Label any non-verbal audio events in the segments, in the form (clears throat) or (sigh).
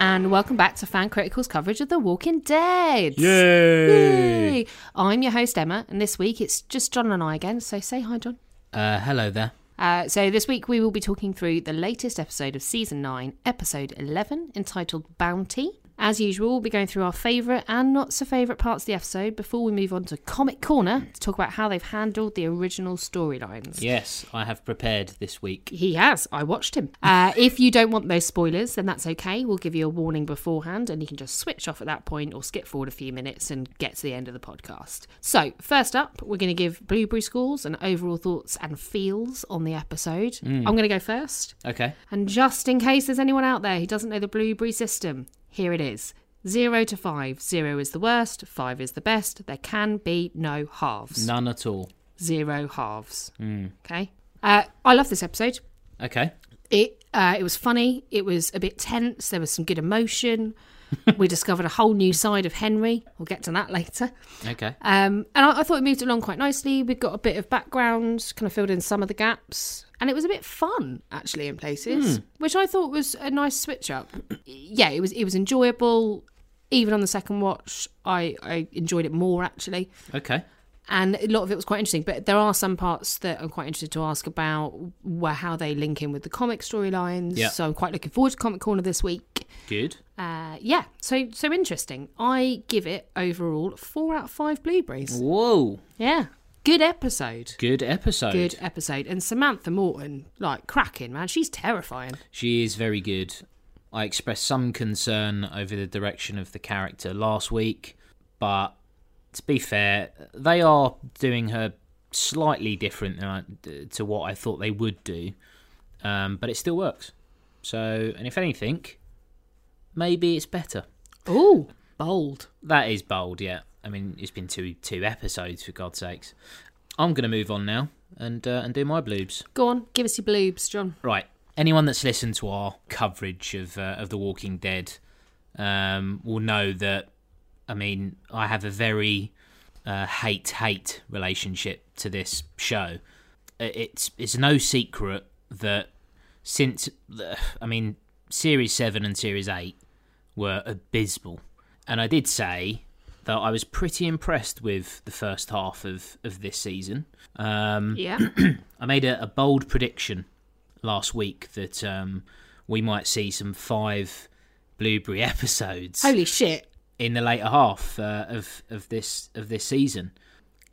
and welcome back to Fan Critical's coverage of The Walking Dead. Yay! Yay. I'm your host, Emma, and this week it's just John and I again, so say hi, John. Uh, hello there. Uh, so, this week we will be talking through the latest episode of Season 9, Episode 11, entitled Bounty. As usual, we'll be going through our favourite and not so favourite parts of the episode before we move on to Comic Corner to talk about how they've handled the original storylines. Yes, I have prepared this week. He has. I watched him. Uh, if you don't want those spoilers, then that's okay. We'll give you a warning beforehand and you can just switch off at that point or skip forward a few minutes and get to the end of the podcast. So, first up, we're going to give Blueberry scores and overall thoughts and feels on the episode. I'm going to go first. Okay. And just in case there's anyone out there who doesn't know the Blueberry system, here it is. Zero to five. Zero is the worst. Five is the best. There can be no halves. None at all. Zero halves. Okay. Uh, I love this episode. Okay. It uh, it was funny. It was a bit tense. There was some good emotion. we discovered a whole new side of Henry. We'll get to that (laughs) later. Okay. Um, and I, I thought it moved along quite nicely. We got a bit of background, kind of filled in some of the gaps, and it was a bit fun actually in places, which I thought was a nice switch up. yeah, it was it was enjoyable. Even on the second watch, I, I enjoyed it more actually Okay. and a lot of it was quite interesting. But there are some parts that I'm quite interested to ask about where how they link in with the comic storylines. Yeah. So I'm quite looking forward to Comic Corner this week. Good. Uh, yeah, so so interesting. I give it overall four out of five blueberries. Whoa. Yeah, good episode. Good episode. Good episode. And Samantha Morton, like cracking man, she's terrifying. She is very good. I expressed some concern over the direction of the character last week, but to be fair, they are doing her slightly different than I, to what I thought they would do, um, but it still works. So, and if anything, maybe it's better. Oh, bold. That is bold, yeah. I mean, it's been two two episodes for God's sakes. I'm gonna move on now and uh, and do my bloobs. Go on, give us your bloobs, John. Right. Anyone that's listened to our coverage of uh, of The Walking Dead um, will know that. I mean, I have a very uh, hate hate relationship to this show. Uh, It's it's no secret that since the, I mean, series seven and series eight were abysmal, and I did say that I was pretty impressed with the first half of of this season. Um, Yeah. (clears throat) I made a, a bold prediction last week that um, we might see some five blueberry (laughs) episodes Holy shit. in the later half uh, of of this of this season.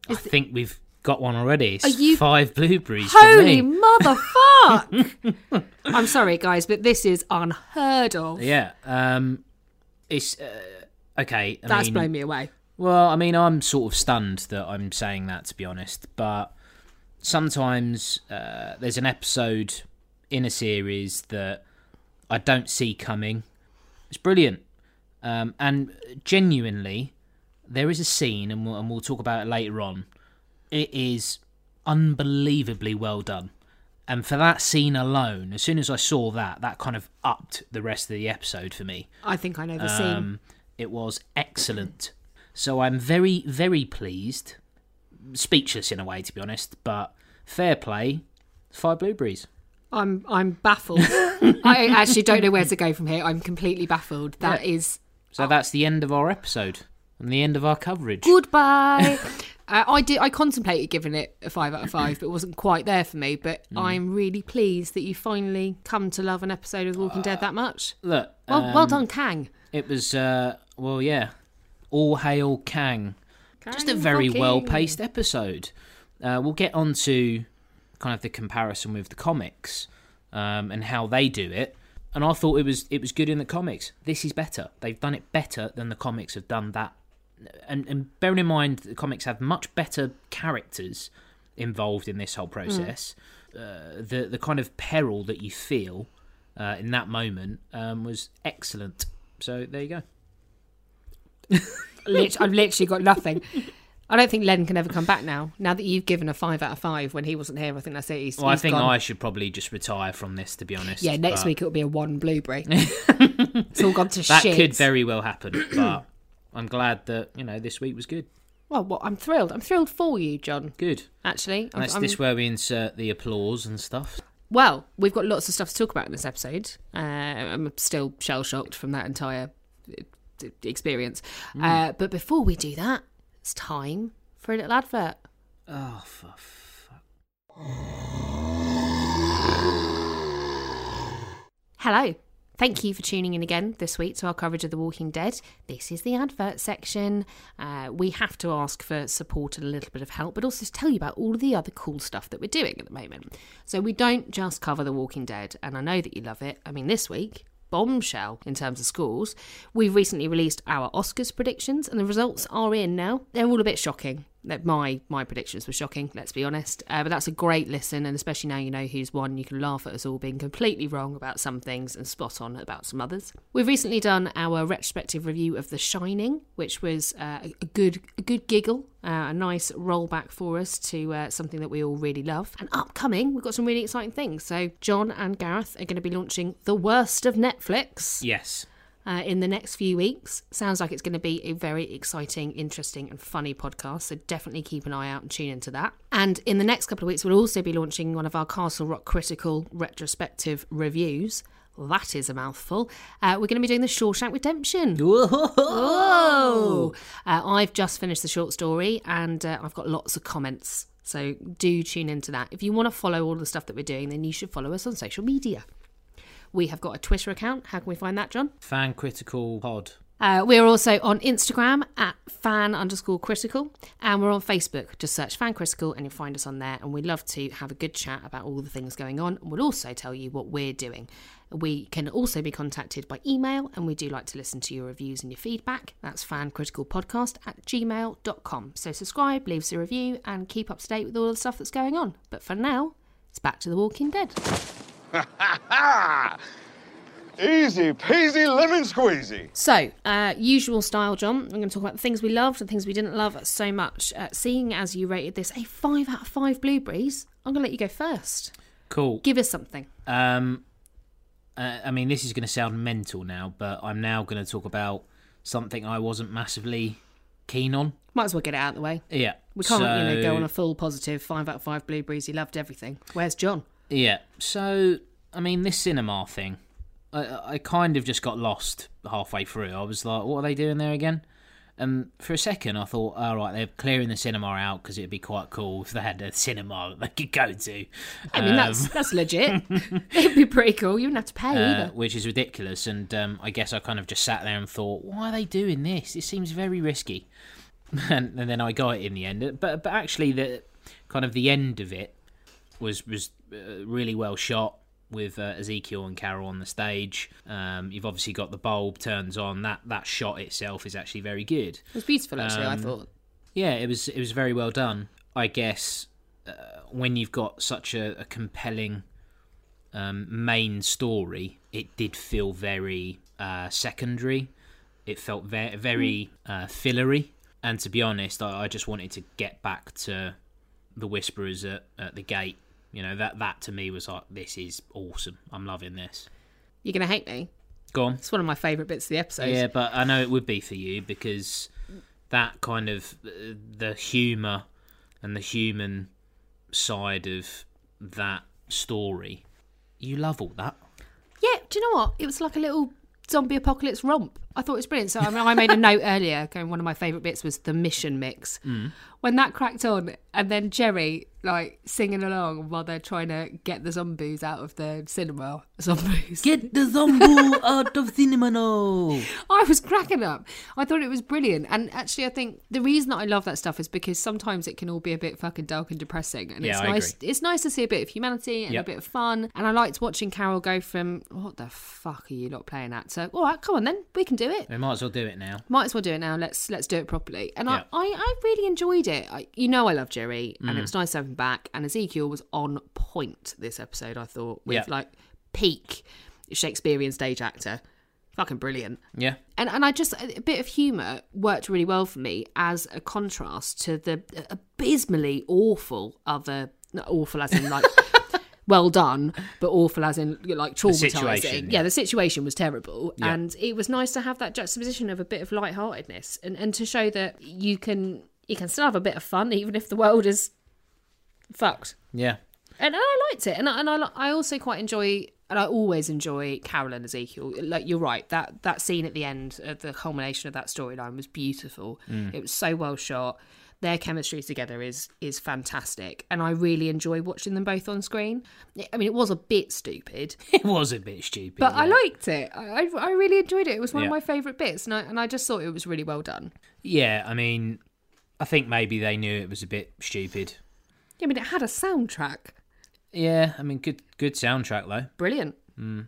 I think we've got one already. It's Are you- five blueberries Holy for me. motherfuck! I'm sorry, guys, but this is unheard of. Yeah. Um, it's uh, okay. I That's mean, blown me away. Well, I mean, I'm sort of stunned that I'm saying that, to be honest. But sometimes uh, there's an episode in a series that I don't see coming. It's brilliant. Um, and genuinely, there is a scene, and we'll, and we'll talk about it later on. It is unbelievably well done. And for that scene alone, as soon as I saw that, that kind of upped the rest of the episode for me. I think I know the scene. Um, it was excellent. So I'm very, very pleased. Speechless in a way, to be honest, but fair play. Five blueberries. I'm I'm (laughs) baffled. I actually don't know where to go from here. I'm completely baffled. That is So that's the end of our episode and the end of our coverage. goodbye. (laughs) uh, I did. I contemplated giving it a five out of five, but it wasn't quite there for me. But Mm. I'm really pleased that you finally come to love an episode of Walking Dead that much. Look, uh, Well, well done, Kang. It was, uh, well, yeah, all hail Kang. Just a Um, very well paced episode. Uh, we'll get on to kind of the comparison with the comics um, and how they do it. And I thought it was it was good in the comics. This is better. They've done it better than the comics have done that. And, and bearing in mind, the comics have much better characters involved in this whole process. Mm. Uh, the the kind of peril that you feel uh, in that moment um, was excellent. So there you go. Lit- I've literally got nothing. I don't think Len can ever come back now. Now that you've given a five out of five when he wasn't here, I think that's it. He's, Well, I he's think gone. I should probably just retire from this, to be honest. Yeah, next but week it'll be a one (laughs) blueberry. it's all gone to That shit. could very well happen, but (clears throat) I'm glad that you know this week was good. well, well, I'm thrilled. I'm thrilled for you, John. Good. Actually, I'm, That's I'm- this where we insert the applause and stuff. well, we've got lots of stuff to talk about in this episode. Uh, I'm still shell shocked from that entire uh, d- experience. Uh, but before we do that, it's time for a little advert. Oh, for fuck. Hello. Thank you for tuning in again this week to our coverage of The Walking Dead. This is the advert section. Uh, we have to ask for support and a little bit of help, but also to tell you about all of the other cool stuff that we're doing at the moment. So we don't just cover The Walking Dead, and I know that you love it. I mean, this week, bombshell in terms of scores. We've recently released our Oscars predictions, and the results are in now. They're all a bit shocking. That my my predictions were shocking. Let's be honest. Uh, but that's a great listen, and especially now you know who's won, you can laugh at us all being completely wrong about some things and spot on about some others. We've recently done our retrospective review of The Shining, which was uh, a good a good giggle, uh, a nice rollback for us to uh, something that we all really love. And upcoming, we've got some really exciting things. So John and Gareth are going to be launching The Worst of Netflix Yes. uh, in the next few weeks. Sounds like it's going to be a very exciting, interesting, and funny podcast. So definitely keep an eye out and tune into that. And in the next couple of weeks, we'll also be launching one of our Castle Rock Critical retrospective reviews. That is a mouthful. Uh, we're going to be doing the Shawshank Redemption. Oh, uh, I've just finished the short story and uh, I've got lots of comments. So do tune into that. If you want to follow all the stuff that we're doing, then you should follow us on social media. We have got a Twitter account. How can we find that, John? Fan critical pod. Uh, we're also on Instagram at fan underscore critical, and we're on Facebook. Just search fan critical and you'll find us on there. And we love to have a good chat about all the things going on. And we'll also tell you what we're doing. We can also be contacted by email, and we do like to listen to your reviews and your feedback. That's fancriticalpodcast at gmail.com. So subscribe, leave us a review, and keep up to date with all the stuff that's going on. But for now, it's back to The Walking Dead. (laughs) Ah! Easy peasy lemon squeezy. So, uh, usual style, John. I'm going to talk about the things we loved and things we didn't love so much. Uh, seeing as you rated this a five out of five blueberries, I'm going to let you go first. Cool. Give us something. Um, uh, I mean, this is going to sound mental now, but I'm now going to talk about something I wasn't massively keen on. Might as well get it out of the way. Yeah. We can't, you know, so- go on a full positive five out of five blueberries. You loved everything. Where's John? Yeah. So, I mean, this cinema thing, I, I kind of just got lost halfway through. I was like, what are they doing there again? And for a second, I thought, all right, they're clearing the cinema out because it'd be quite cool if they had a cinema that they could go to. I Um, mean, that's that's legit. (laughs) It'd be pretty cool. You wouldn't have to pay uh, either. which is ridiculous. And um, I guess I kind of just sat there and thought, why are they doing this? This seems very risky. (laughs) And, and then I got it in the end. But but actually, the kind of the end of it was was uh, really well shot with uh, Ezekiel and Carol on the stage. Um, you've obviously got the bulb turns on. That that shot itself is actually very good. It was beautiful, actually. I thought. Yeah, it was it was very well done. I guess uh, when you've got such a, a compelling um, main story, it did feel very uh, secondary. It felt very very uh, fillery. And to be honest, I, I just wanted to get back to the Whisperers at, at the gate. You know that that to me was like this is awesome. I'm loving this. You're going to hate me. Go on. It's one of my favourite bits of the episode. Yeah, but I know it would be for you because that kind of uh, the humour and the human side of that story. You love all that. Yeah, do you know what? It was like a little zombie apocalypse romp. I thought it was brilliant. So I, mean, I made a note earlier. Going, one of my favourite bits was the mission mix. When that cracked on, and then Jerry like singing along while they're trying to get the zombies out of the cinema. Zombies. Get the zombie out of cinema now. I was cracking up. I thought it was brilliant. And actually, I think the reason that I love that stuff is because sometimes it can all be a bit fucking dark and depressing. And Yeah, it's I nice. It's nice to see a bit of humanity and a Yep. bit of fun. And I liked watching Carol go from what the fuck are you lot playing at? So all right, come on then, we can do it. They might as well do it now. Might as well do it now. Let's let's do it properly. And Yeah. Mm. I, I I really enjoyed it. I, you know I love Jerry, and it was nice to have him back. And Ezekiel was on point this episode. I thought with Yeah. like peak Shakespearean stage actor, fucking brilliant Yeah. and and I just a bit of humour worked really well for me as a contrast to the abysmally awful other not awful as in like well done but awful as in like traumatizing situation, yeah. yeah. the situation was terrible and it was nice to have that juxtaposition of a bit of lightheartedness and and to show that you can you can still have a bit of fun even if the world is fucked (laughs) Yeah. and I liked it, and I, and I, li- I also quite enjoy, and I always enjoy Carol and Ezekiel. Like you're right, that that scene at the end, at the culmination of that storyline, was beautiful. Mm. It was so well shot. Their chemistry together is is fantastic, and I really enjoy watching them both on screen. I mean, it was a bit (laughs) stupid, It was a bit stupid. but I yeah. liked it. I, I- I really enjoyed it. It was one of Yeah. my favourite bits, and I and I just thought it was really well done. Yeah, I mean, I think maybe they knew it was a bit stupid. I mean, it had a soundtrack, Yeah, I mean, good good soundtrack though. brilliant. No,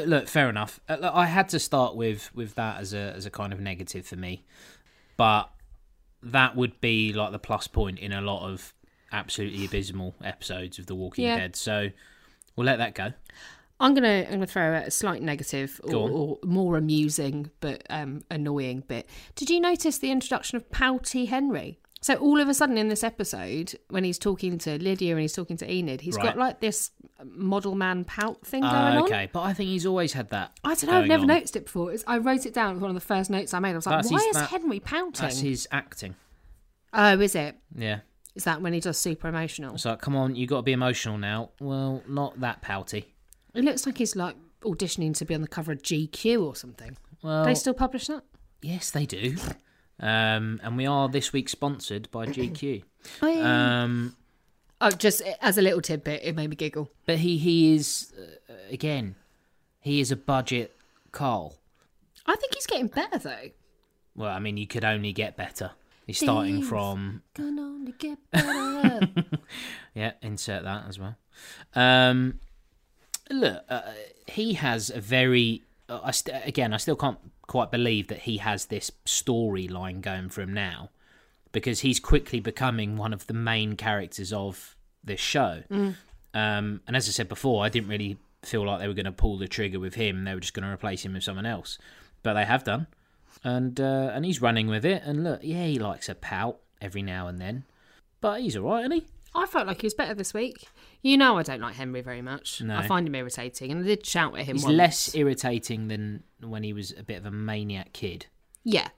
look, fair enough. Uh, look, I had to start with with that as a as a kind of negative for me, but that would be like the plus point in a lot of absolutely abysmal episodes of The Walking Yeah. Dead. So we'll let that go. I'm gonna I'm gonna throw out a slight negative or, Go on. or more amusing but um, annoying bit. Did you notice the introduction of Pouty Henry? So all of a sudden in this episode, when he's talking to Lydia and he's talking to Enid, he's got Right. like this model man pout thing going Uh, on. okay, but I think he's always had that. I don't know. I've going never on. noticed it before. It's, I wrote it down. It was one of the first notes I made. I was like, That's "Why his- is that- Henry pouting?" That's his acting. Oh, is it? Yeah, Is that when he does super emotional? it's like, come on, you got to be emotional now. Well, not that pouty. It looks like he's like auditioning to be on the cover of GQ or something. Well, They still publish that? Yes, they do. Um, and we are this week sponsored by GQ. Oh, yeah. Um, Oh, just as a little tidbit, it made me giggle. but he he is uh, again, he is a budget Carl. I think he's getting better though. Well, I mean, you could only get better. He's starting Things. from Can only get better. yeah. Insert that as well. Um, look, uh, he has a very. Uh, I st- again, I still can't quite believe that he has this storyline going for him now, because he's quickly becoming one of the main characters of this show. Um, and as I said before, I didn't really feel like they were going to pull the trigger with him. They were just going to replace him with someone else, but they have done, and uh, and he's running with it. And look, yeah, he likes a pout every now and then, but he's all right, isn't he? (laughs) I felt like he was better this week. You know, I don't like Henry very much. No. I find him irritating, and I did shout at him. He's once. less irritating than when he was a bit of a maniac kid. yeah.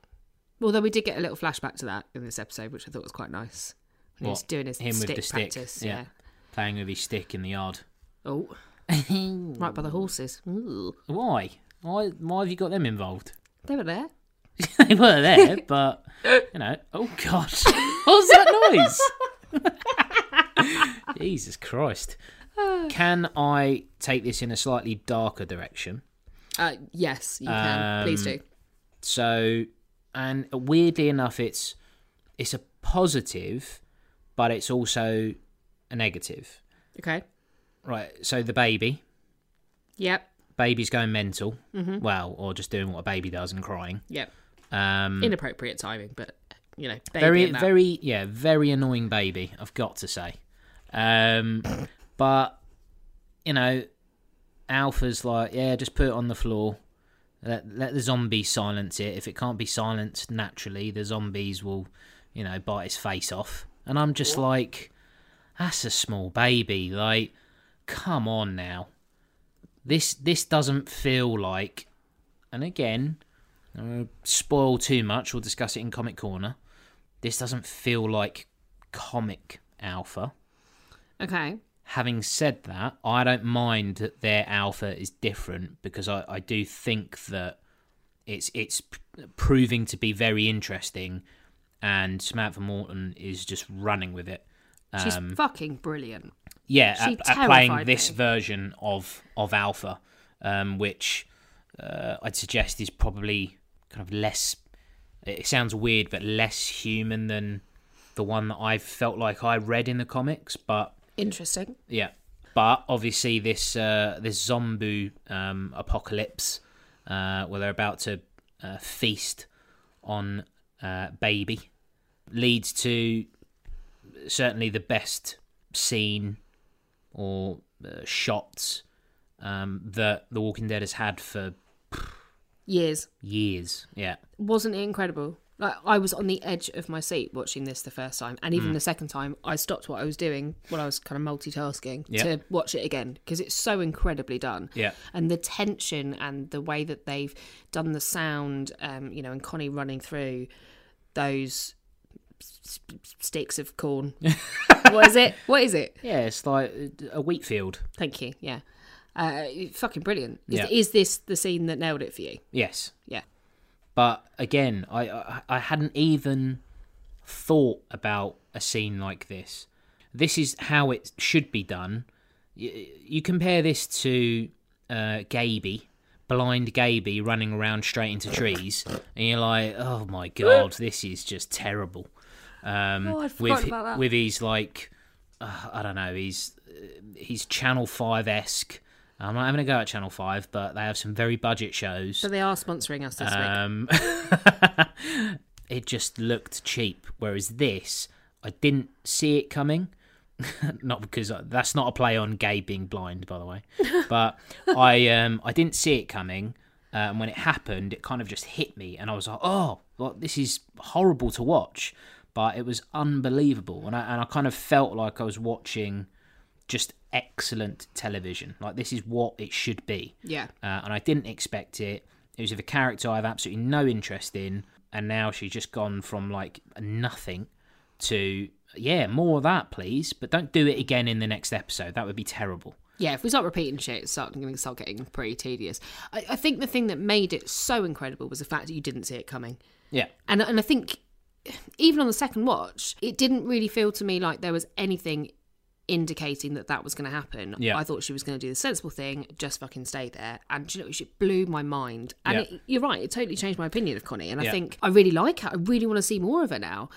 Although we did get a little flashback to that in this episode, which I thought was quite nice. When He was What? doing his him stick with the stick, practice. yeah. playing with his stick in the (laughs) yard. yeah. Oh, right by the horses. Ooh. Why? Why? Why have you got them involved? (laughs) They were there. they were there, (laughs) but you know. Oh God! (laughs) What was that noise? (laughs) Jesus Christ! (sighs) Can I take this in a slightly darker direction? Uh, yes, you Um, can. Please do. So, and weirdly enough, it's it's a positive, but it's also a negative. Okay. Right. So the baby, Yep. baby's going mental. Well, or just doing what a baby does and crying. Yep. Um, Inappropriate timing, but you know, baby very and that. very yeah very annoying baby i've got to say um (coughs) but you know alpha's like yeah just put it on the floor let, let the zombie silence it if it can't be silenced naturally the zombies will you know bite its face off and i'm just like that's a small baby like come on now this this doesn't feel like and again uh, spoil too much we'll discuss it in comic corner this doesn't feel like comic alpha. Okay. Having said that, I don't mind that their alpha is different because I, I do think that it's it's p- proving to be very interesting, and Samantha Morton is just running with it. She's fucking brilliant. yeah, She at, at playing terrified this me. version of of Alpha, um, which uh, I'd suggest is probably kind of less. It sounds weird, but less human than the one that I felt like I read in the comics. But Interesting. yeah, but obviously this uh, this zombie um, apocalypse uh, where they're about to uh, feast on uh, baby leads to certainly the best scene or uh, shots um, that The Walking Dead has had for Years. years. Yeah, Wasn't it incredible? Like I was on the edge of my seat watching this the first time, and Mm. even the second time, I stopped what I was doing while I was kind of multitasking Yeah. to watch it again because it's so incredibly done. Yeah. and the tension and the way that they've done the sound, um, you know, and Connie running through those s- s- sticks of (laughs) corn. what is it? What is it? yeah, it's like uh, a wheat field. Thank you. Yeah, uh, fucking brilliant. Is, Yeah. is this the scene that nailed it for you? Yes, Yeah. but again, I, I I hadn't even thought about a scene like this. This is how it should be done. You, you compare this to uh, Gaby, blind Gaby running around straight into trees, and you're like, oh (laughs) my god, this is just terrible. Um, Oh, I'd forgotten with about that. with his like, uh, I don't know, he's he's Channel Five esque. I'm not having a go at Channel Five, but they have some very budget shows. So they are sponsoring us this week. Um, it just looked cheap. Whereas this, I didn't see it coming. not because uh, that's not a play on gay being blind, by the way. But I, um, I didn't see it coming. Uh, and when it happened, it kind of just hit me, and I was like, "Oh, well, this is horrible to watch," but it was unbelievable, and I and I kind of felt like I was watching just excellent television. Like this is what it should be. Yeah. Uh, and I didn't expect it. It was of a character I have absolutely no interest in, and now she's just gone from like nothing to yeah, more of that, please. But don't do it again in the next episode. That would be terrible. Yeah, if we start repeating shit, it's start, going to start getting pretty tedious. I, I think the thing that made it so incredible was the fact that you didn't see it coming. Yeah. And, and I think even on the second watch, it didn't really feel to me like there was anything indicating that that was going to happen. Yeah. I thought she was going to do the sensible thing, just fucking stay there. And do you know, it blew my mind. And Yeah. it, you're right, it totally changed my opinion of Connie. And Yeah. Mm. I think I really like her. I really want to see more of her now.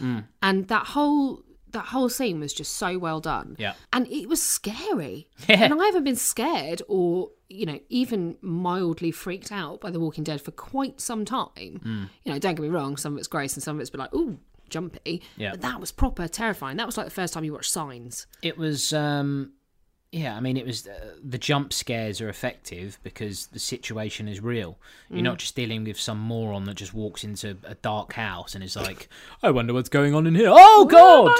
And that whole that whole scene was just so well done. Yeah. And it was scary. And I haven't been scared or, you know, even mildly freaked out by The Walking Dead for quite some time. Mm. You know, don't get me wrong, some of it's gross and some of it's been like, ooh, jumpy. Yeah. But that was proper terrifying. That was like the first time you watched Signs. It was um yeah, I mean it was uh, the jump scares are effective because the situation is real. You're not just dealing with some moron that just walks into a dark house and is like, (laughs) "I wonder what's going on in here." Oh god.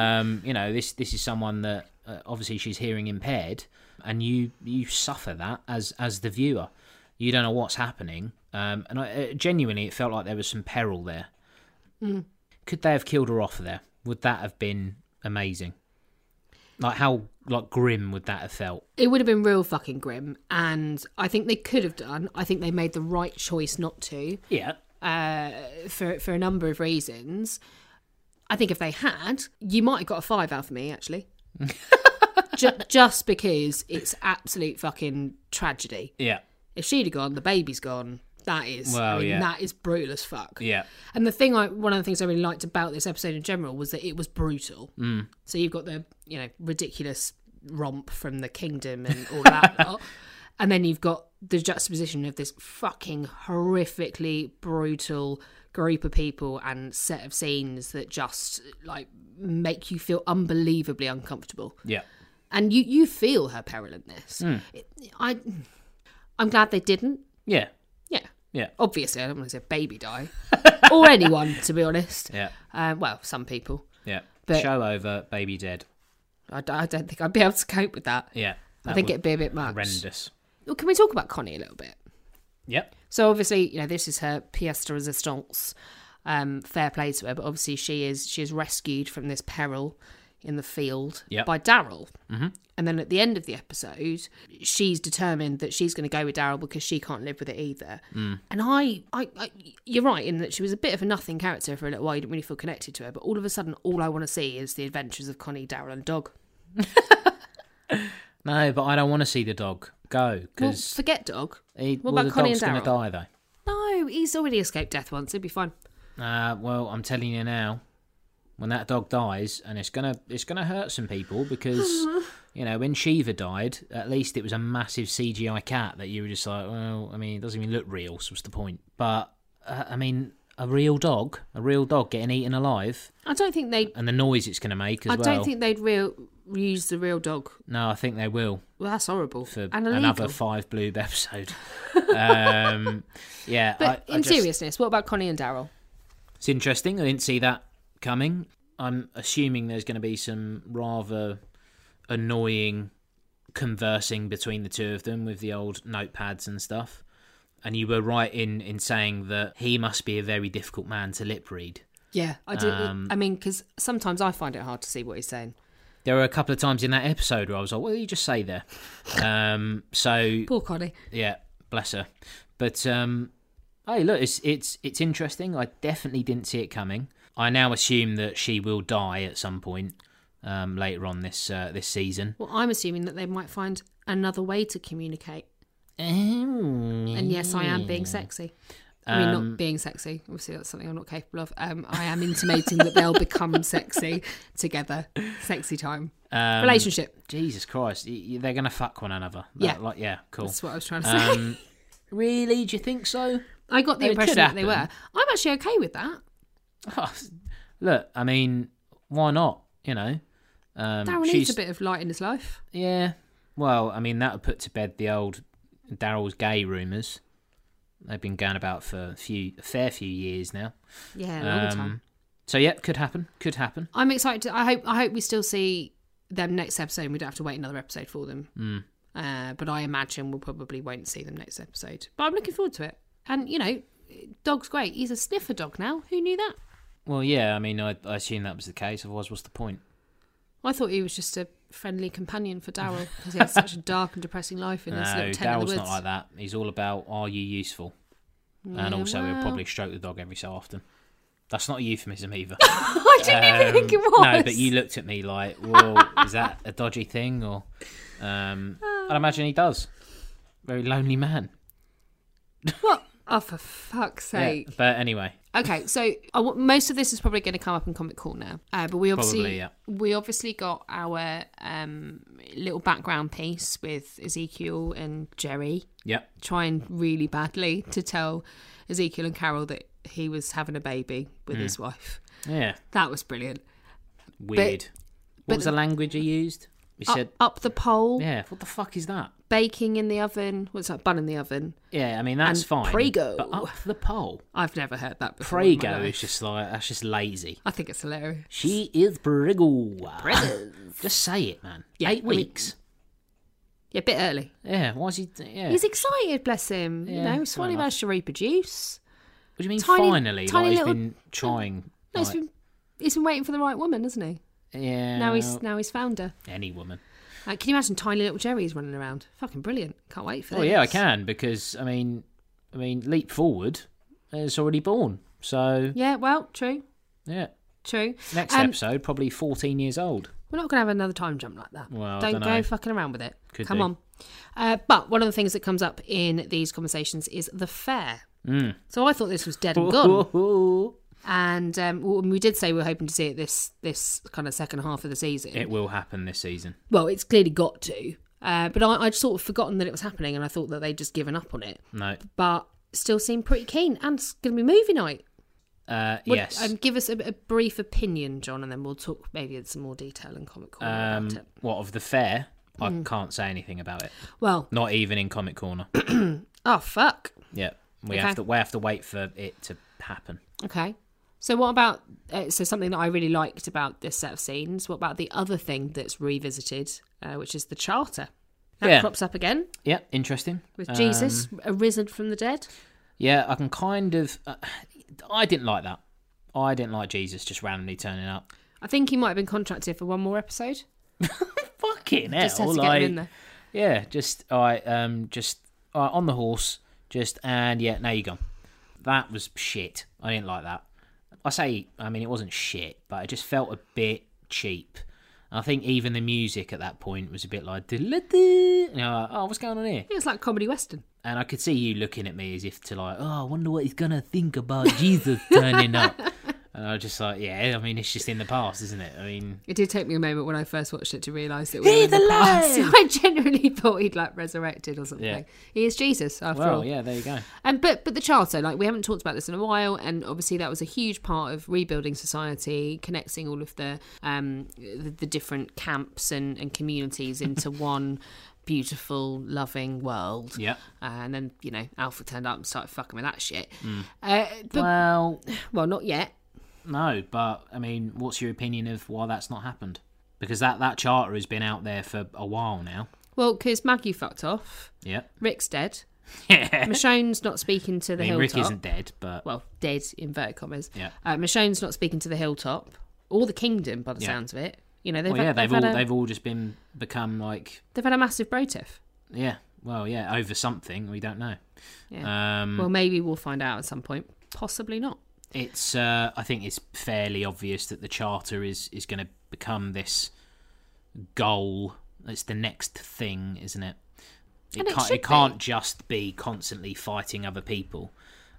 Um, you know, this this is someone that uh, obviously she's hearing impaired and you you suffer that as as the viewer. You don't know what's happening. Um, and I, uh, genuinely it felt like there was some peril there. Mm. Could they have killed her off there? Would that have been amazing? Like how like grim would that have felt? It would have been real fucking grim. And I think they could have done. I think they made the right choice not to. Yeah. for for a number of reasons. I think if they had, you might have got a five out of me (laughs) actually, Ju- just because it's absolute fucking tragedy. Yeah. If she'd have gone, the baby's gone. That is, Well, I mean, yeah. that is brutal as fuck. Yeah. And the thing I, one of the things I really liked about this episode in general was that it was brutal. Mm. So you've got the, you know, ridiculous romp from the kingdom and all that. lot. And then you've got the juxtaposition of this fucking horrifically brutal group of people and set of scenes that just like make you feel unbelievably uncomfortable Yeah. and you you feel her peril in this It- i i'm glad they didn't Yeah. Oh. yeah Yeah. obviously i don't want to say baby die (laughs) or anyone to be honest Yeah. uh, well some people Yeah. But- Show over, baby dead. I, d- I don't think i'd be able to cope with that Yeah. i think would it'd be a bit much horrendous. well, can we talk about connie a little bit Yep. so obviously you know this is her pièce de résistance um, fair play to her but obviously she is she is rescued from this peril in the field Yep. by Daryl. Mm-hmm. And then at the end of the episode, she's determined that she's going to go with Daryl because she can't live with it either. Mm. And I, I, I, you're right in that she was a bit of a nothing character for a little while. You didn't really feel connected to her, but all of a sudden, all I want to see is the adventures of Connie, Daryl, and Dog. No, but I don't want to see the dog go Well, because forget Dog. what well, about the Connie dog's and going to die though. No, he's already escaped death once. He'll be fine. Uh, well, I'm telling you now, when that dog dies, and it's gonna it's gonna hurt some (laughs) people because you know when Shiva died, at least it was a massive CGI cat that you were just like, well, I mean, it doesn't even look real. So what's the point? But uh, I mean, a real dog, a real dog getting eaten alive, I don't think they. and the noise it's going to make as I well. don't think they'd real use the real dog. No, I think they will. Well, that's horrible for and illegal. another five blue episode. (laughs) um, yeah, but I, I in just- seriousness, what about Connie and Daryl? it's interesting. I didn't see that coming. I'm assuming there's going to be some rather annoying conversing between the two of them with the old notepads and stuff. And you were right in in saying that he must be a very difficult man to lip read. Yeah, I do. Um, I mean, because sometimes I find it hard to see what he's saying. There were a couple of times in that episode where I was like, "What did you just say there?" (laughs) um, so Poor Connie. Yeah, bless her. But um, hey, look, it's it's it's interesting. I definitely didn't see it coming. I now assume that she will die at some point um, later on this uh, this season. Well, I'm assuming that they might find another way to communicate. And And yes, I am Mm. being sexy. I mean, Um, not being sexy. Obviously, that's something I'm not capable of. Um, I am intimating that they'll become sexy together. Sexy time. Um, Relationship. Jesus Christ, y- y- they're gonna fuck one another. Yeah. That- like yeah, cool. That's what I was trying to say. really? Do you think so? (laughs) (laughs) I got the um, it impression could that they were. happen. I'm actually okay with that. look, I mean, why not? You know, um, Daryl she's needs a bit of light in his life. yeah. Well, I mean, that would put to bed the old Daryl's gay rumours. They've been going about for a few, a fair few years now. Yeah, a long time. Um, So yeah, could happen. Could happen. I'm excited. To, I hope. I hope we still see them next episode. and We don't have to wait another episode for them. Hmm. Uh, but I imagine we'll probably won't see them next episode. But I'm looking forward to it. And you know, dog's great. He's a sniffer dog now. Who knew that? Well, yeah. I mean, I, I assume that was the case. Otherwise, what's the point? I thought he was just a friendly companion for (laughs) Daryl because he had such a dark and depressing life in No, this little tent in the Daryl's woods. not like that. He's all about are you useful, and also he'll probably stroke the dog every so often. That's not a euphemism (laughs) either. (laughs) I didn't even think it was. Um, No, but you looked at me like, "Well, is that a dodgy thing?" Or, um, I'd imagine he does. Very lonely man. What? Oh, for fuck's Yeah, sake! But anyway, Okay, so I want, most of this is probably going to come up in Comic Corner, uh, but we obviously Probably, yeah. we obviously got our um, little background piece with Ezekiel and Jerry yep. trying really badly to tell Ezekiel and Carol that he was having a baby Mm. with his wife. Yeah, That was brilliant. weird. what was the language he used? He said, Up the pole, "Yeah, what the fuck is that?" baking in the oven. What's that? Bun in the oven. Yeah, I mean that's And fine. prego. but up the pole. I've never heard that before. in my Prego life. is just like that's just lazy. I think it's hilarious. She is prego. just say it, man. Eight I mean- weeks. Yeah, a bit early. yeah. Why is he? Yeah. He's excited, bless him. Yeah, you know, fair he's finally enough. managed to reproduce. what do you mean? tiny- finally, tiny like little- Oh, he's been trying. No, he's like- been he's been waiting for the right woman, hasn't he? yeah. Now he's now he's found her. any woman. Uh, can you imagine tiny little Jerry's running around? Fucking brilliant! Can't wait for Oh this. yeah, I can because I mean, I mean, leap forward. It's already born. So Yeah, well, true, yeah, true. next Um, episode probably fourteen years old. We're not gonna have another time jump like that. Well, I don't dunno. go fucking around with it. Could Come do. on. Uh, but one of the things that comes up in these conversations is the fair. Mm. So I thought this was dead and (laughs) gone, and um, well, we did say we were hoping to see it this this kind of second half of the (laughs) season. It will happen this season. well, it's clearly got to. Uh, but I, I'd sort of forgotten that it was happening, and I thought that they'd just given up on it. No. but still seem pretty keen. And it's going to be movie night. Uh, What- yes. Um, give us a, a brief opinion, John, and then we'll talk maybe in some more detail in Comic Corner Um, about it. What of the fair? I Hmm. can't say anything about it. Well, Not even in Comic Corner. (coughs) oh, fuck. yeah, we Okay. have to. We have to wait for it to happen. Okay. So, what about. Uh, so, something that I really liked about this set of scenes, what about the other thing that's revisited, uh, which is the charter? That Yeah. crops up again Yeah, interesting. with Um, Jesus arisen from the dead. Yeah, I can kind of. Uh, I didn't like that. I didn't like Jesus just randomly turning up. I think he might have been contracted for one more episode. Fucking hell! Just had to get like, him in there. yeah, just all right, um, just all right, on the horse, just and yeah, now you're gone. That was shit. I didn't like that. I say, I mean, it wasn't shit, but it just felt a bit cheap. I think even the music at that point was a bit like, you know, like, oh, what's going on here? Yeah, it's like comedy western. And I could see you looking at me as if to like, oh, I wonder what he's gonna (laughs) think about Jesus turning up. And I was just like, yeah, I mean, it's just in the past, isn't it? I mean, It did take me a moment when I first watched it to realise that we were in the past. (laughs) I genuinely thought he'd like resurrected or something. Yeah. He is Jesus after well, all. yeah, there you go. And but but the charter, like we haven't talked about this in a while, and obviously that was a huge part of rebuilding society, connecting all of the um the, the different camps and, and communities (laughs) into one beautiful, loving world. Uh, Yeah. and then you know Alpha turned up and started fucking with that shit. Mm. Uh, but Well, (sighs) well, not yet. No, but I mean, what's your opinion of why that's not happened? Because that that charter has been out there for a while now. Well, because Maggie fucked off. Yeah, Rick's (laughs) dead. yeah. Michonne's not speaking to the I mean, Rick hilltop. isn't dead, but well, dead inverted commas. Yeah. Uh, Michonne's not speaking to the hilltop or the kingdom by the Yeah. sounds of it. You know, they've, well, yeah, had, they've all had a, they've all just been become like they've had a massive bro tiff. yeah, well, yeah, over something we don't know. Yeah. Um, Well, maybe we'll find out at some point. Possibly not. it's uh, I think it's fairly obvious that the charter is is going to become this goal. It's the next thing, isn't it? It And it can't should it can't just be constantly fighting other people.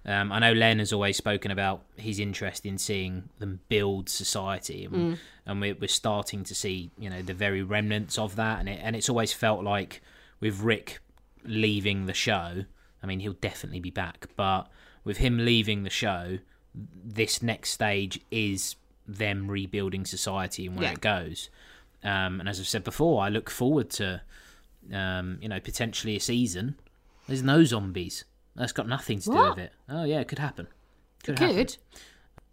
Um, I know Len has always spoken about his interest in seeing them build society, and, Mm. and we're, we're starting to see you know the very remnants of that. And it, and it's always felt like with Rick leaving the show, I mean he'll definitely be back, but with him leaving the show, this next stage is them rebuilding society and where Yeah. it goes. Um, and as I've said before, I look forward to um, you know potentially a season. There's no zombies. That's got nothing to do What? with it. Oh yeah, it could happen. Could, happen. Good.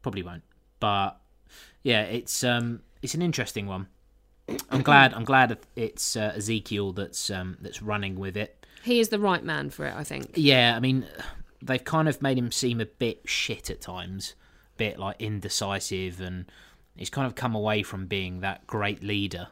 Probably won't. But yeah, it's um, it's an interesting one. I'm glad. I'm glad it's uh, Ezekiel that's um, that's running with it. He is the right man for it, I think. Yeah, I mean, they've kind of made him seem a bit shit at times, a bit like indecisive, and he's kind of come away from being that great leader.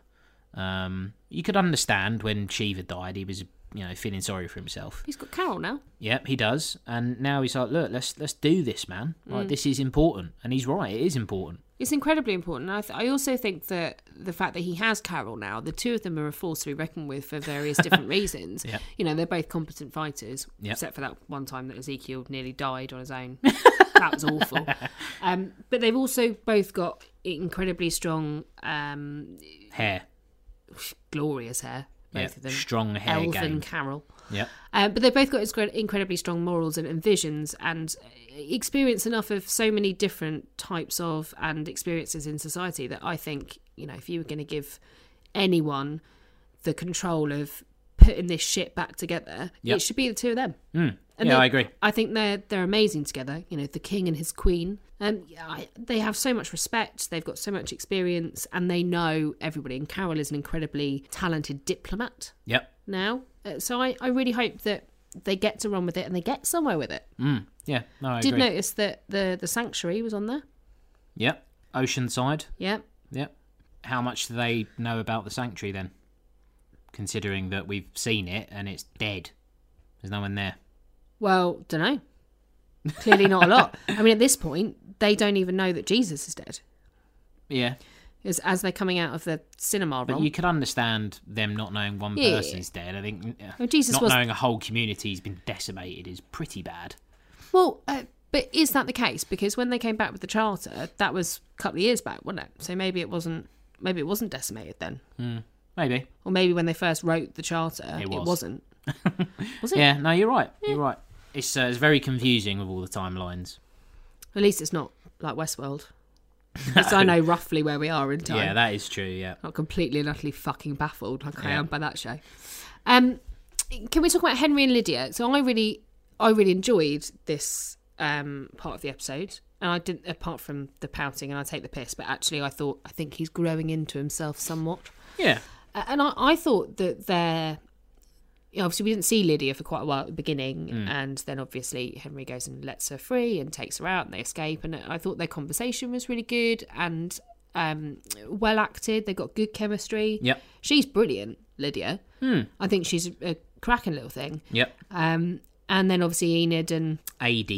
Um, you could understand when Shiva died, he was, you know, feeling sorry for himself. He's got Carol now. Yep, he does, and now he's like, look, let's let's do this, man. Like Mm. this is important, and he's right, it is important. It's incredibly important. I, th- I also think that the fact that he has Carol now, the two of them are a force to be reckoned with for (laughs) various different reasons. Yeah. You know, they're both competent fighters, Yeah. except for that one time that Ezekiel nearly died on his (laughs) own. that was awful. Um, but they've also both got incredibly strong, um, Hair, glorious hair, both Yep, of them. strong hair Elf game. and Carol. Yep. Uh, but they've both got inscre- incredibly strong morals and, and visions and uh, experience enough of so many different types of and experiences in society that I think, you know, if you were going to give anyone the control of putting this shit back together, Yep. it should be the two of them. And yeah, they- I agree. I think they're they're amazing together. You know, the king and his queen. Um, yeah, I, they have so much respect. They've got so much experience, and they know everybody. And Carol is an incredibly talented diplomat Yep. now. Uh, so I, I really hope that they get to run with it and they get somewhere with it. Yeah, no, I Did agree. notice that the the sanctuary was on there. Yep. Oceanside. Yeah. Yep. How much do they know about the sanctuary then? Considering that we've seen it and it's dead. There's no one there. Well, don't know. Clearly not a (laughs) lot. I mean, at this point, they don't even know that Jesus is dead. Yeah. As, as they're coming out of the cinema But room. you could understand them not knowing one Yeah. person's dead. I think yeah. Well, Jesus not was- knowing a whole community's been decimated is pretty bad. Well, uh, but is that the case? Because when they came back with the charter, that was a couple of years back, wasn't it? So maybe it wasn't. Maybe it wasn't decimated then, Maybe. or maybe when they first wrote the charter, It it, was. was. not Was it? Yeah, no, you're right. You're right. It's, uh, it's very confusing with all the timelines. At least it's not like (laughs) Westworld. Because I know roughly where we are in time. Yeah, that is true. Yeah. not completely and utterly fucking baffled like I Yeah. am by that show. Um, can we talk about Henry and Lydia? So I really, I really enjoyed this um, part of the episode, and I didn't apart from the pouting and I take the piss, but actually I thought I think he's growing into himself somewhat, Yeah. Uh, and I, I thought that their you know, obviously we didn't see Lydia for quite a while at the beginning, Mm. and then obviously Henry goes and lets her free and takes her out, and they escape. And I thought their conversation was really good, and um, well acted. They got good chemistry. Yep. Hmm. She's brilliant, Lydia. I think she's a cracking little thing. Yep. Um, and then obviously Enid and AD.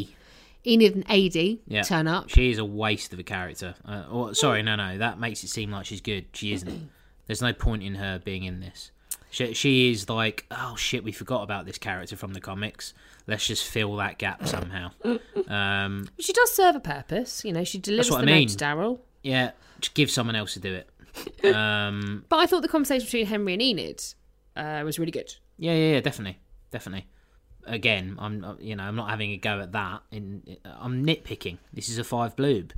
Enid and AD Yeah. turn up. She is a waste of a character. Uh, or, sorry, no, no. That makes it seem like she's good. She isn't. (clears throat) There's no point in her being in this. She, she is like, oh shit, we forgot about this character from the comics. Let's just fill that gap somehow. (clears throat) um, She does serve a purpose. You know, she delivers the what I note mean. to Daryl. yeah, just give someone else to do it. But I thought the conversation between Henry and Enid uh, was really good. Yeah, yeah, yeah, definitely, definitely. Again, I'm uh, you know I'm not having a go at that. In uh, I'm nitpicking. This is a five bloob,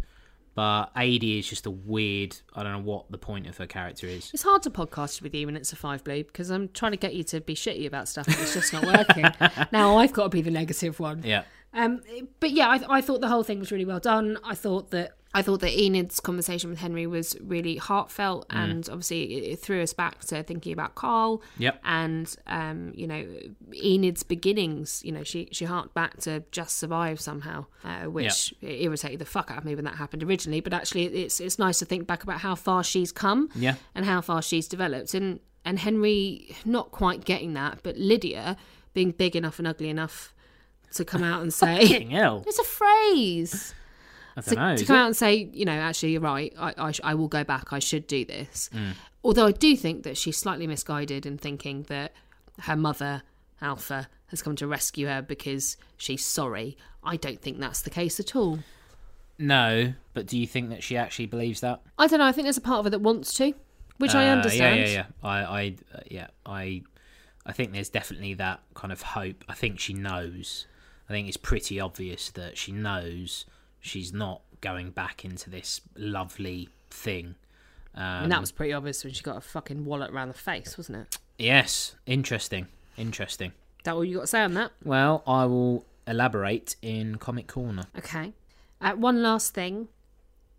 but AD is just a weird. I don't know what the point of her character is. It's hard to podcast with you when it's a five blue because I'm trying to get you to be shitty about stuff and it's just not working. now I've got to be the negative one. Yeah, Um, but yeah, I, I thought the whole thing was really well done. I thought that I thought that Enid's conversation with Henry was really heartfelt, Mm. and obviously it, it threw us back to thinking about Carl. Yep. And um, you know, Enid's beginnings. You know, she she harked back to just survive somehow, uh, which irritated the fuck out of me when that happened originally. But actually, it's it's nice to think back about how far she's come. Yeah. And how far she's developed, and and Henry not quite getting that, but Lydia being big enough and ugly enough to come out and say (laughs) Fucking hell. it's a phrase I to, don't know. to Oh, is come it? out and say you know actually you're right I I, sh- I will go back I should do this Mm. although I do think that she's slightly misguided in thinking that her mother Alpha has come to rescue her because she's sorry I don't think that's the case at all No, but do you think that she actually believes that? I don't know I think there's a part of her that wants to which I Uh, understand Yeah, yeah, yeah. I, I, uh, yeah, I, I think there's definitely that kind of hope. I think she knows. I think it's pretty obvious that she knows she's not going back into this lovely thing. and that was pretty obvious when she got a fucking wallet round the face wasn't it Yes, interesting, interesting. that all you got to say on that Well, I will elaborate in Comic Corner. Okay. Uh, one last thing.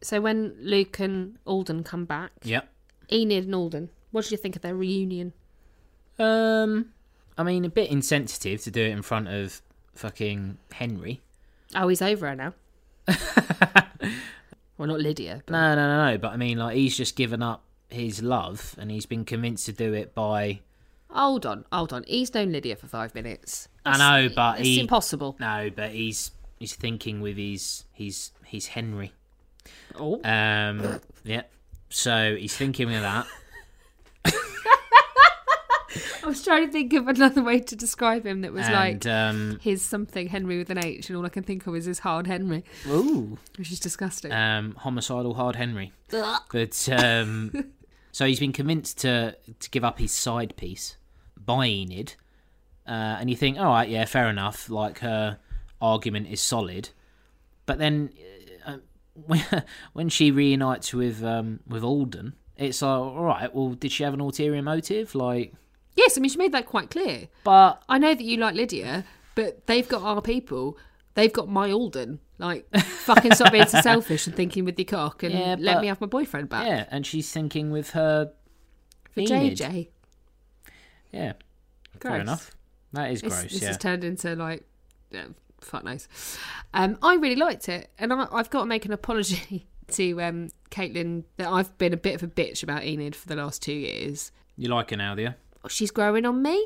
So when Luke and Alden come back, Yep. Enid and Alden, what did you think of their reunion? Um, I mean, a bit insensitive to do it in front of fucking Henry. Oh, he's over her now. (laughs) well, not Lydia. But... No, no, no, no. But I mean, like, he's just given up his love, and he's been convinced to do it by. Hold on, hold on. He's known Lydia for five minutes. I know, but It's he. impossible. No, but he's he's thinking with his his his Henry. Oh. Um. yeah. So he's thinking with that. I was trying to think of another way to describe him that was and like um. his something Henry with an H, and all I can think of is his hard Henry, Ooh. which is disgusting. Um. Homicidal hard Henry. But (laughs) um. so he's been convinced to to give up his side piece by Enid, uh, and you think, all right, yeah, fair enough. Like her argument is solid, but then uh, um, (laughs) when, when she reunites with um, with Alden, it's like, all right, well, did she have an ulterior motive? Like, yes, I mean she made that quite clear. but I know that you like Lydia, but they've got our people. They've got my Alden. Like, fucking stop being (laughs) so selfish and thinking with your cock and Yeah, let but- me have my boyfriend back. yeah, and she's thinking with her For Enid. JJ. Yeah, fair Gross. enough. That is This, gross. this yeah, has turned into like, yeah, fuck knows. Um, I really liked it, and I, I've got to make an apology (laughs) to um, Caitlin that I've been a bit of a bitch about Enid for the last two years. you like her now, do you? She's growing on me,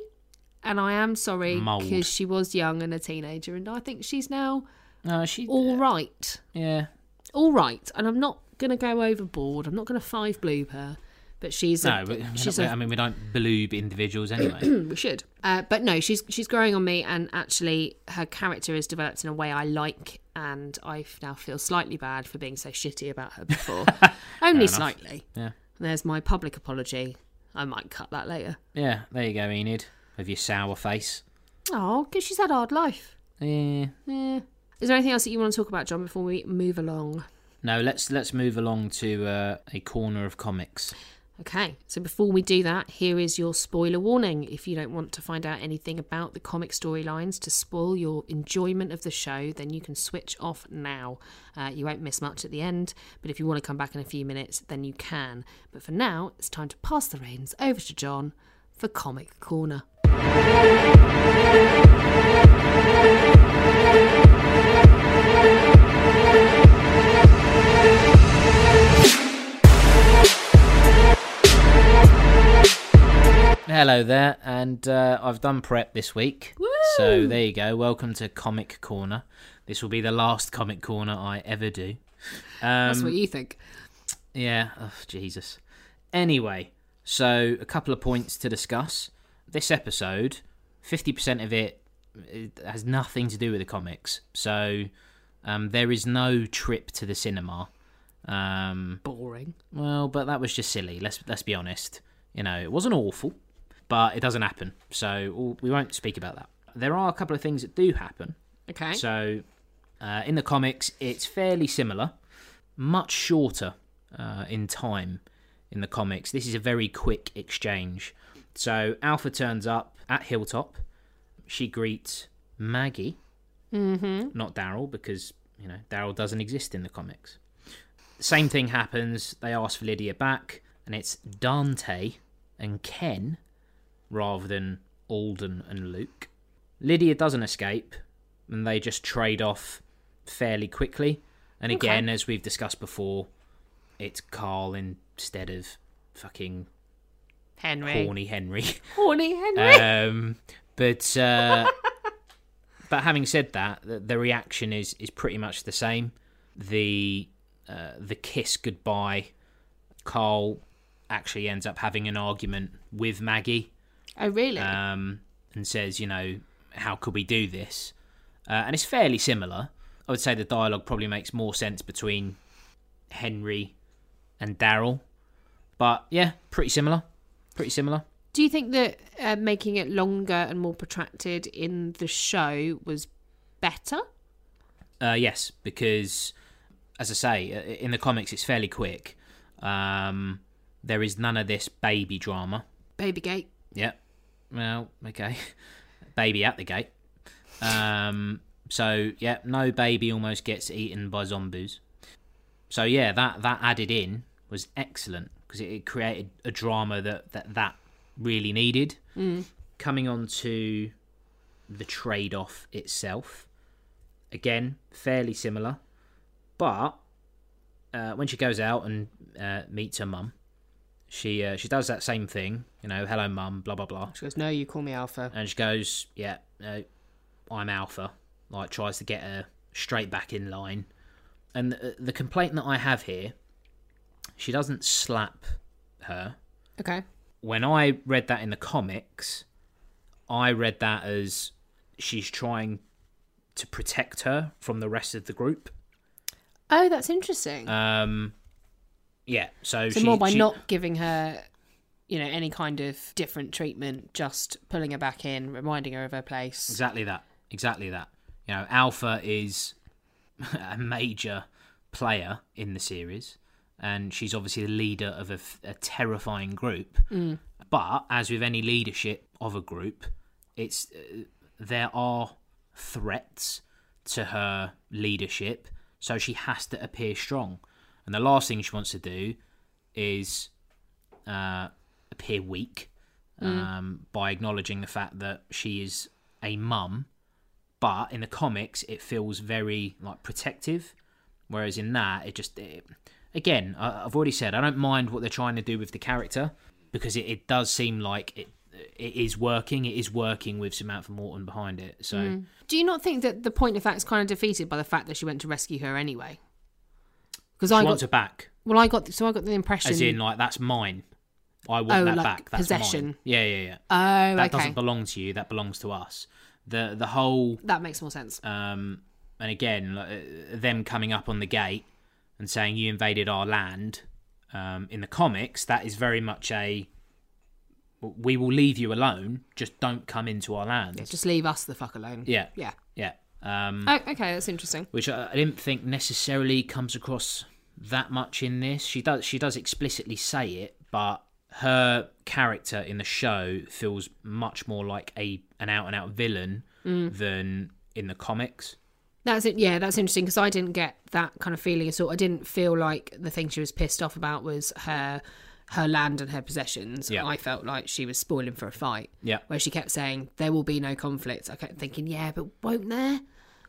and I am sorry Mould. because she was young and a teenager, and I think she's now No, she. all right. Yeah, all right, and I'm not going to go overboard. I'm not going to five bloob her, but she's no, a, but, she's I a, mean, we don't bloob individuals (clears throat) anyway. we should. Uh, but no, she's she's growing on me, and actually her character is developed in a way I like, and I f- now feel slightly bad for being so shitty about her before, only slightly. Yeah. There's my public apology. I might cut that later. yeah, there you go, Enid, with your sour face. Oh, because she's had a hard life. Yeah. Yeah. Is there anything else that you want to talk about, John, before we move along? No, let's let's move along to uh, a corner of comics. Okay, so before we do that, here is your spoiler warning. If you don't want to find out anything about the comic storylines to spoil your enjoyment of the show, then you can switch off now. Uh, you won't miss much at the end, but if you want to come back in a few minutes, then you can. But for now, it's time to pass the reins over to John for Comic Corner. Hello there, and uh, I've done prep this week. So there you go. Welcome to Comic Corner. This will be the last Comic Corner I ever do. That's Um, what you think. Yeah, oh, Jesus. Anyway, so a couple of points to discuss. This episode, 50% of it, it has nothing to do with the comics. So um, there is no trip to the cinema. Um, Boring. well, but that was just silly. Let's let's be honest. You know, it wasn't awful, but it doesn't happen. So all- we won't speak about that. There are a couple of things that do happen. Okay. So, uh, in the comics, it's fairly similar, much shorter uh, in time in the comics. This is a very quick exchange. So, Alpha turns up at Hilltop. She greets Maggie, mm-hmm. not Daryl, because, you know, Daryl doesn't exist in the comics. Same thing happens. They ask for Lydia back, and it's Dante and Ken rather than Alden and Luke. Lydia doesn't escape, and they just trade off fairly quickly. And again, as we've discussed before, it's Carl instead of fucking Henry. horny Henry. (laughs) Horny Henry. um, but uh, but having said that, the, the reaction is is pretty much the same. The uh, the kiss goodbye. Carl actually ends up having an argument with Maggie oh really? um, and says, you know, how could we do this? Uh, and it's fairly similar. I would say the dialogue probably makes more sense between Henry and Daryl, but yeah, pretty similar. Pretty similar. Do you think that uh, making it longer and more protracted in the show was better? Uh, yes, because as I say, uh, in the comics, it's fairly quick. Um, there is none of this baby drama. Baby Gate. Yeah. Well, okay. (laughs) baby at the gate. Um. So yeah, no baby almost gets eaten by zombies. So yeah, that that added in was excellent because it, it created a drama that that that really needed. Coming on to the trade off itself, again fairly similar, but uh, when she goes out and uh, meets her mum, she uh, she does that same thing. You know, hello mum, blah blah blah She goes, no, you call me Alpha. and she goes, "Yeah, no, I'm alpha." Like tries to get her straight back in line. And the, the complaint that I have here, she doesn't slap her. Okay. When I read that in the comics, I read that as she's trying to protect her from the rest of the group. Oh, that's interesting. Um, yeah, so, so she, more by she- not giving her, you know, any kind of different treatment, just pulling her back in, reminding her of her place. Exactly that. Exactly that. You know, Alpha is (laughs) a major player in the series, and she's obviously the leader of a, f- a terrifying group. But as with any leadership of a group, it's uh, there are threats to her leadership, so she has to appear strong. And the last thing she wants to do is uh, appear weak Mm. um, by acknowledging the fact that she is a mum. But in the comics, it feels very like protective, whereas in that, it just it, again, I, I've already said I don't mind what they're trying to do with the character because it, it does seem like it it is working. It is working with Samantha Morton behind it. So Do you not think that the point of that is kind of defeated by the fact that she went to rescue her anyway? Because I she got wants her back, well, I got so I got the impression. as in like that's mine. I want Oh, that like back. That's Mine. possession. Yeah, yeah, yeah. oh, that okay, doesn't belong to you. That belongs to us. The the whole that makes more sense. um, and again, like, uh, them coming up on the gate and saying you invaded our land um, in the comics, that is very much a we will leave you alone, just don't come into our land. Yeah, Just leave us the fuck alone. yeah. Um, Oh, okay, that's interesting. which I, I didn't think necessarily comes across that much in this. She does she does explicitly say it, but her character in the show feels much more like a an out and out villain Mm. than in the comics. That's it. Yeah, that's interesting because I didn't get that kind of feeling at all. I didn't feel like the thing she was pissed off about was her her land and her possessions. Yeah. I felt like she was spoiling for a fight. Yeah. where she kept saying there will be no conflict. I kept thinking, yeah, but won't there?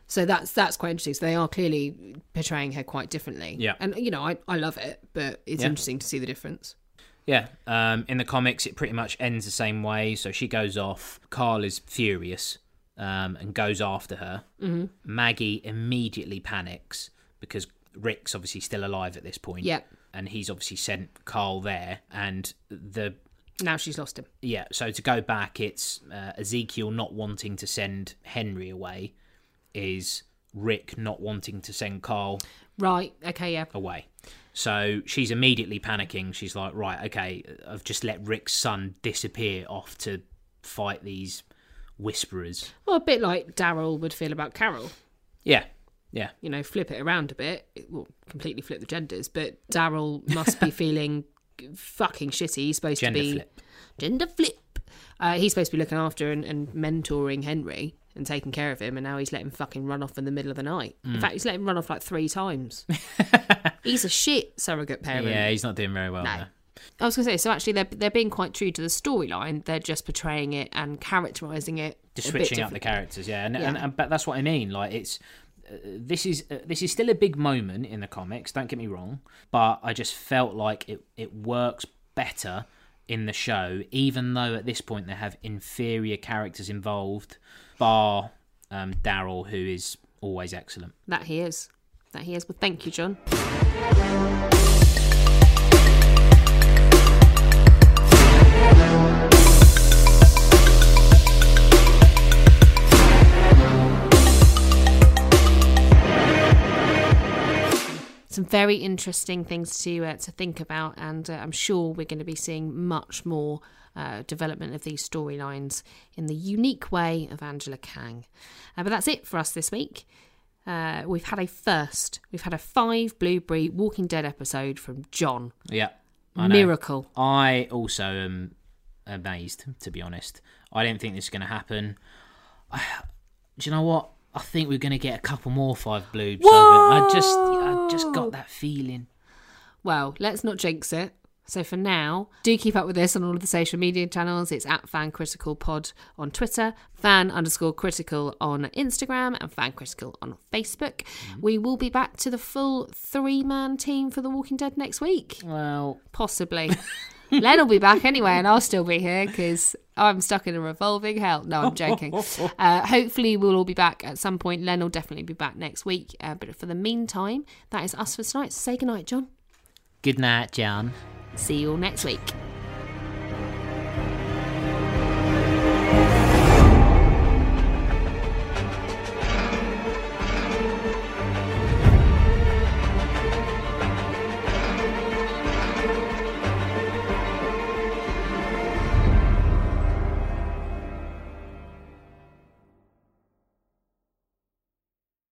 So that's that's quite interesting. So they are clearly portraying her quite differently. Yeah. and you know, I I love it, but it's Yeah. interesting to see the difference. Yeah. Um, in the comics, it pretty much ends the same way. So she goes off. Carl is furious um, and goes after her. Mm-hmm. Maggie immediately panics because Rick's obviously still alive at this point. Yeah. And he's obviously sent Carl there. And the Now she's lost him. yeah, so to go back, it's uh, Ezekiel not wanting to send Henry away, is Rick not wanting to send Carl Right. Okay. Yeah. away. So she's immediately panicking. She's like, right, okay, I've just let Rick's son disappear off to fight these whisperers. Well, a bit like Daryl would feel about Carol. Yeah, yeah, You know, flip it around a bit. It will completely flip the genders, but Daryl must (laughs) be feeling fucking shitty. He's supposed gender to be flip. gender flip. Uh, he's supposed to be looking after and, and mentoring Henry and taking care of him, and now he's letting him fucking run off in the middle of the night. Mm. In fact, he's let him run off like three (laughs) times. he's a shit surrogate parent. Yeah, he's not doing very well. No. there. I was going to say, so actually, they're, they're being quite true to the storyline. They're just portraying it and characterising it. just a bit switching up the differently. characters yeah and, And, and but that's what i mean like it's uh, this is uh, this is still a big moment in the comics don't get me wrong but i just felt like it it works better in the show even though at this point they have inferior characters involved bar um, daryl who is always excellent That he is. That he is. Well, thank you, John. Some very interesting things to uh, to think about, and uh, I'm sure we're going to be seeing much more uh, development of these storylines in the unique way of Angela Kang. Uh, but that's it for us this week. Uh, we've had a first. We've had a five Blueberry Walking Dead episode from John. yeah I know. Miracle. I also am amazed, to be honest. I didn't think this was going to happen. do you know what? I think we're going to get a couple more five blues. over. I just, I just got that feeling. Well, let's not jinx it. So for now, do keep up with us on all of the social media channels. It's at Fan Critical Pod on Twitter, Fan underscore Critical on Instagram, and Fan Critical on Facebook. We will be back to the full three man team for The Walking Dead next week. Well, Possibly. Len will be back anyway, and I'll still be here because I'm stuck in a revolving hell. No, I'm joking. Uh, hopefully, we'll all be back at some point. Len will definitely be back next week. Uh, but for the meantime, that is us for tonight. So say goodnight, John. good night, John. See you all next week.